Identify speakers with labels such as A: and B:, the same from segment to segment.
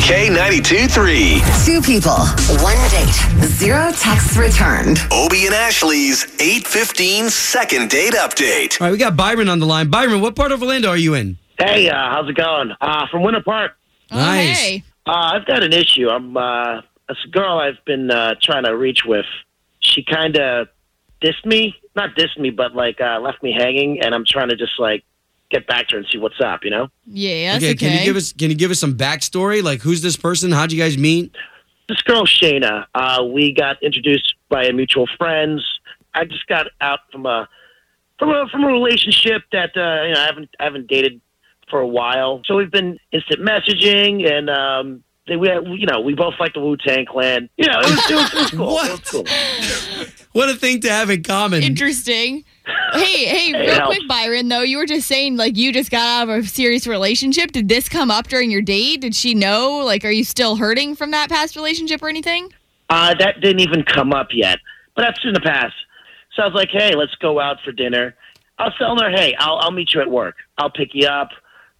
A: K92 3.
B: Two people, one date, zero texts returned.
A: Obie and Ashley's 815 second date update.
C: All right, we got Byron on the line. Byron, what part of Orlando are you in?
D: Hey, uh, how's it going? Uh, from Winter Park.
C: nice.
E: Oh, Hey.
D: Uh, I've got an issue. I'm uh, this girl I've been uh, trying to reach with. She kind of dissed me, not dissed me, but like uh, left me hanging, and I'm trying to just like get back to her and see what's up. You know?
E: Yeah, that's
C: okay,
E: okay.
C: can you give us can you give us some backstory? Like, who's this person? How'd you guys meet?
D: this girl Shayna, uh, we got introduced by a mutual friends. I just got out from a from a from a relationship that uh, you know I haven't I haven't dated for a while. So we've been instant messaging and um, they, we you know we both like the Wu Tang Clan. You know it was, it was, it was cool. It was
C: What?
D: cool.
C: What a thing to have in common.
E: Interesting. Hey, hey, real
D: helps.
E: quick, Byron, though, you were just saying, like, you just got out of a serious relationship. Did this come up during your date? Did she know? Like, are you still hurting from that past relationship or anything?
D: Uh, that didn't even come up yet, but that's in the past. So I was like, hey, let's go out for dinner. I was telling her, hey, I'll, I'll meet you at work. I'll pick you up.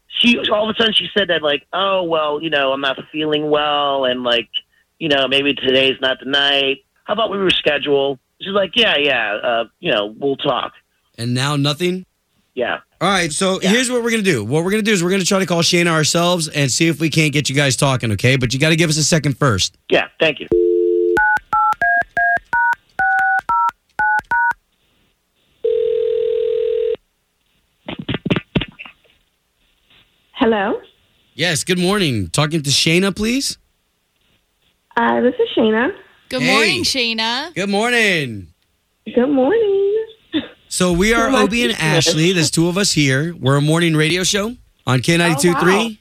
D: She all of a sudden she said that like, oh well, you know, I'm not feeling well, and like, you know, maybe today's not the night. How about we reschedule? She's like, yeah, yeah, uh, you know, we'll talk.
C: and now nothing?
D: Yeah.
C: All right, so
D: Yeah.
C: here's what we're gonna do. What we're gonna do is we're gonna try to call Shayna ourselves and see if we can't get you guys talking, okay? But you gotta give us a second first.
D: Yeah, thank you.
F: Hello,
C: Yes, good morning. Talking to Shayna, please.
F: uh, this is Shayna.
E: Good
C: Hey.
E: morning, Shayna.
C: Good morning.
F: Good morning.
C: So we are
F: Good morning,
C: Obie and
F: Shayna.
C: Ashley. There's two of us here. We're a morning radio show on K ninety two
F: Oh,
C: three.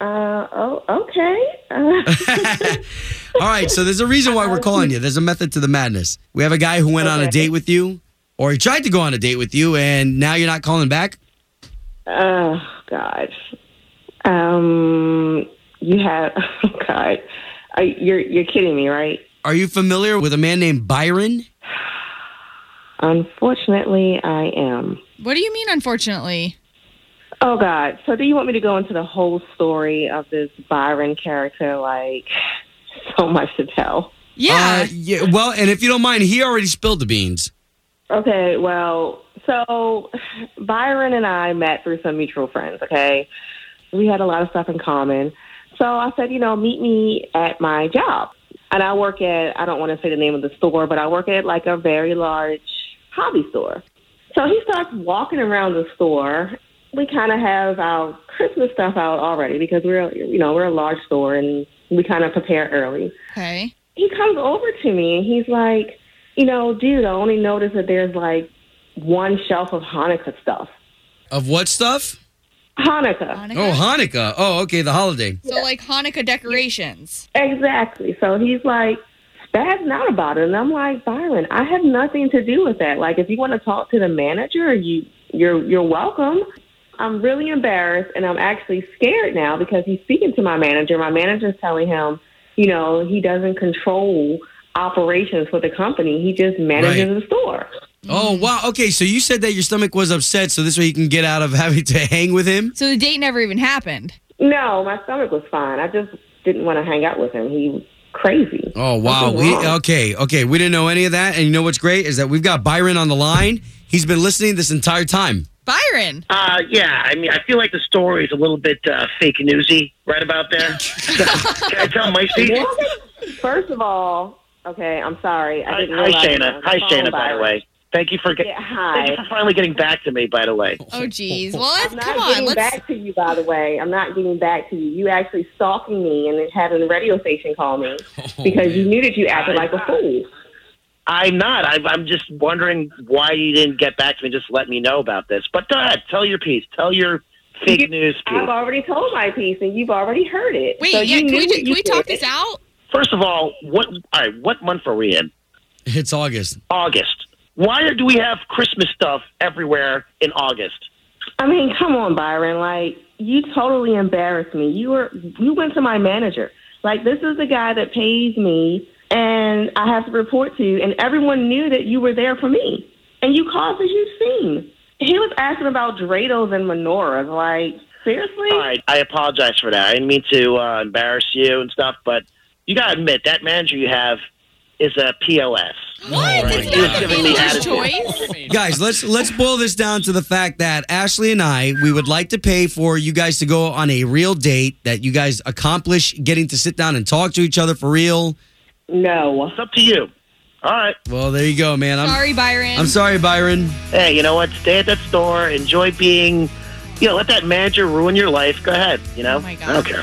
F: Uh, oh, okay. Uh,
C: All right, so there's a reason why we're calling you. There's a method to the madness. We have a guy who went on a
F: Okay.
C: date with you, or he tried to go on a date with you, and now you're not calling back.
F: oh God. Um, you had. Oh God. Are, you're you're kidding me, right?
C: Are you familiar with a man named Byron?
F: Unfortunately, I am.
E: What do you mean, unfortunately?
C: Uh,
F: Oh God. So do you want me to go into the whole story of this Byron character? Like, so much to tell.
E: Yeah.
C: Uh, yeah. Well, and if you don't mind, he already spilled the beans.
F: Okay, well, so Byron and I met through some mutual friends, okay? We had a lot of stuff in common. So I said, you know, meet me at my job. And I work at, I don't want to say the name of the store, but I work at like a very large hobby store. So he starts walking around the store. We kind of have our Christmas stuff out already because we're, you know, we're a large store and we kind of prepare early
E: okay.
F: he comes over to me and he's like, you know, dude, I only noticed that there's like one shelf of Hanukkah stuff.
C: Of what stuff?
F: Hanukkah.
C: Oh,
E: Hanukkah?
C: Hanukkah. Oh, okay, the holiday.
F: Mm-hmm.
E: so, like, Hanukkah decorations.
F: Exactly. So he's like spazzing out about it. And I'm like, Byron, I have nothing to do with that. Like if you want to talk to the manager, you you're you're welcome. I'm really embarrassed and I'm actually scared now because he's speaking to my manager. My manager's telling him, you know, he doesn't control operations for the company. He just manages
C: Right.
F: the store.
C: Oh, wow. Okay, so you said that your stomach was upset, so this way you can get out of having to hang with him.
E: So, the date never even happened.
F: No, my stomach was fine. I just didn't want to hang out with him. He was crazy.
C: Oh wow.
F: Something
C: We
F: wrong.
C: okay, okay. We didn't know any of that. And you know what's great is that we've got Byron on the line. He's been listening this entire time.
E: Byron.
D: Uh, yeah, I mean, I feel like the story's a little bit uh, fake newsy right about there. Can I tell my secret?
F: First of all, okay, I'm sorry. I
D: Hi,
F: didn't realize I was
D: Shayna.
F: on the
D: Hi,
F: phone,
D: Shayna. By the
F: Byron.
D: way, thank you for get,
F: Yeah,
D: thank you
F: hi.
D: for finally getting back to me. By the way.
E: Oh, geez. Well,
F: I'm
E: let's,
F: not
E: come on.
F: getting
E: Let's.
F: back to you, by the way. I'm not getting back to you. You actually stalking me and had a radio station call me
C: Oh,
F: because you knew that you acted like a fool.
D: I'm not. I, I'm just wondering why you didn't get back to me. and Just let me know about this. But go ahead. Tell your piece. Tell your Fake
F: You-
D: news,
F: I've
D: Pete.
F: already told my piece, and you've already heard it.
E: Wait,
F: So
E: yeah,
F: you
E: can
F: knew
E: we,
F: what
E: ju-
F: you
E: can we talk
F: did.
E: this out?
D: First of all, what? All right, what month are we in?
C: It's August.
D: August. Why do we have Christmas stuff everywhere in August?
F: I mean, come on, Byron. Like you totally embarrassed me. You were you went to my manager. Like this is the guy that pays me, and I have to report to you. And everyone knew that you were there for me, and you caused as you've seen. He was asking about dreidels and menorahs. Like seriously,
D: All right, I apologize for that. I didn't mean to uh, embarrass you and stuff, but you gotta admit that manager you have is a POS.
E: What? It's
D: You're
E: not the
D: giving me
E: manager's
D: attitude.
E: choice.
C: Guys, let's let's boil this down to the fact that Ashley and I, we would like to pay for you guys to go on a real date that you guys accomplish getting to sit down and talk to each other for real.
F: no.
D: It's up to you. All right.
C: Well, there you go, man. I'm
E: Sorry, Byron.
C: I'm sorry, Byron.
D: Hey, you know what? Stay at that store. Enjoy being. You know, let that manager ruin your life. Go ahead. You know.
E: Oh my God.
D: I don't care.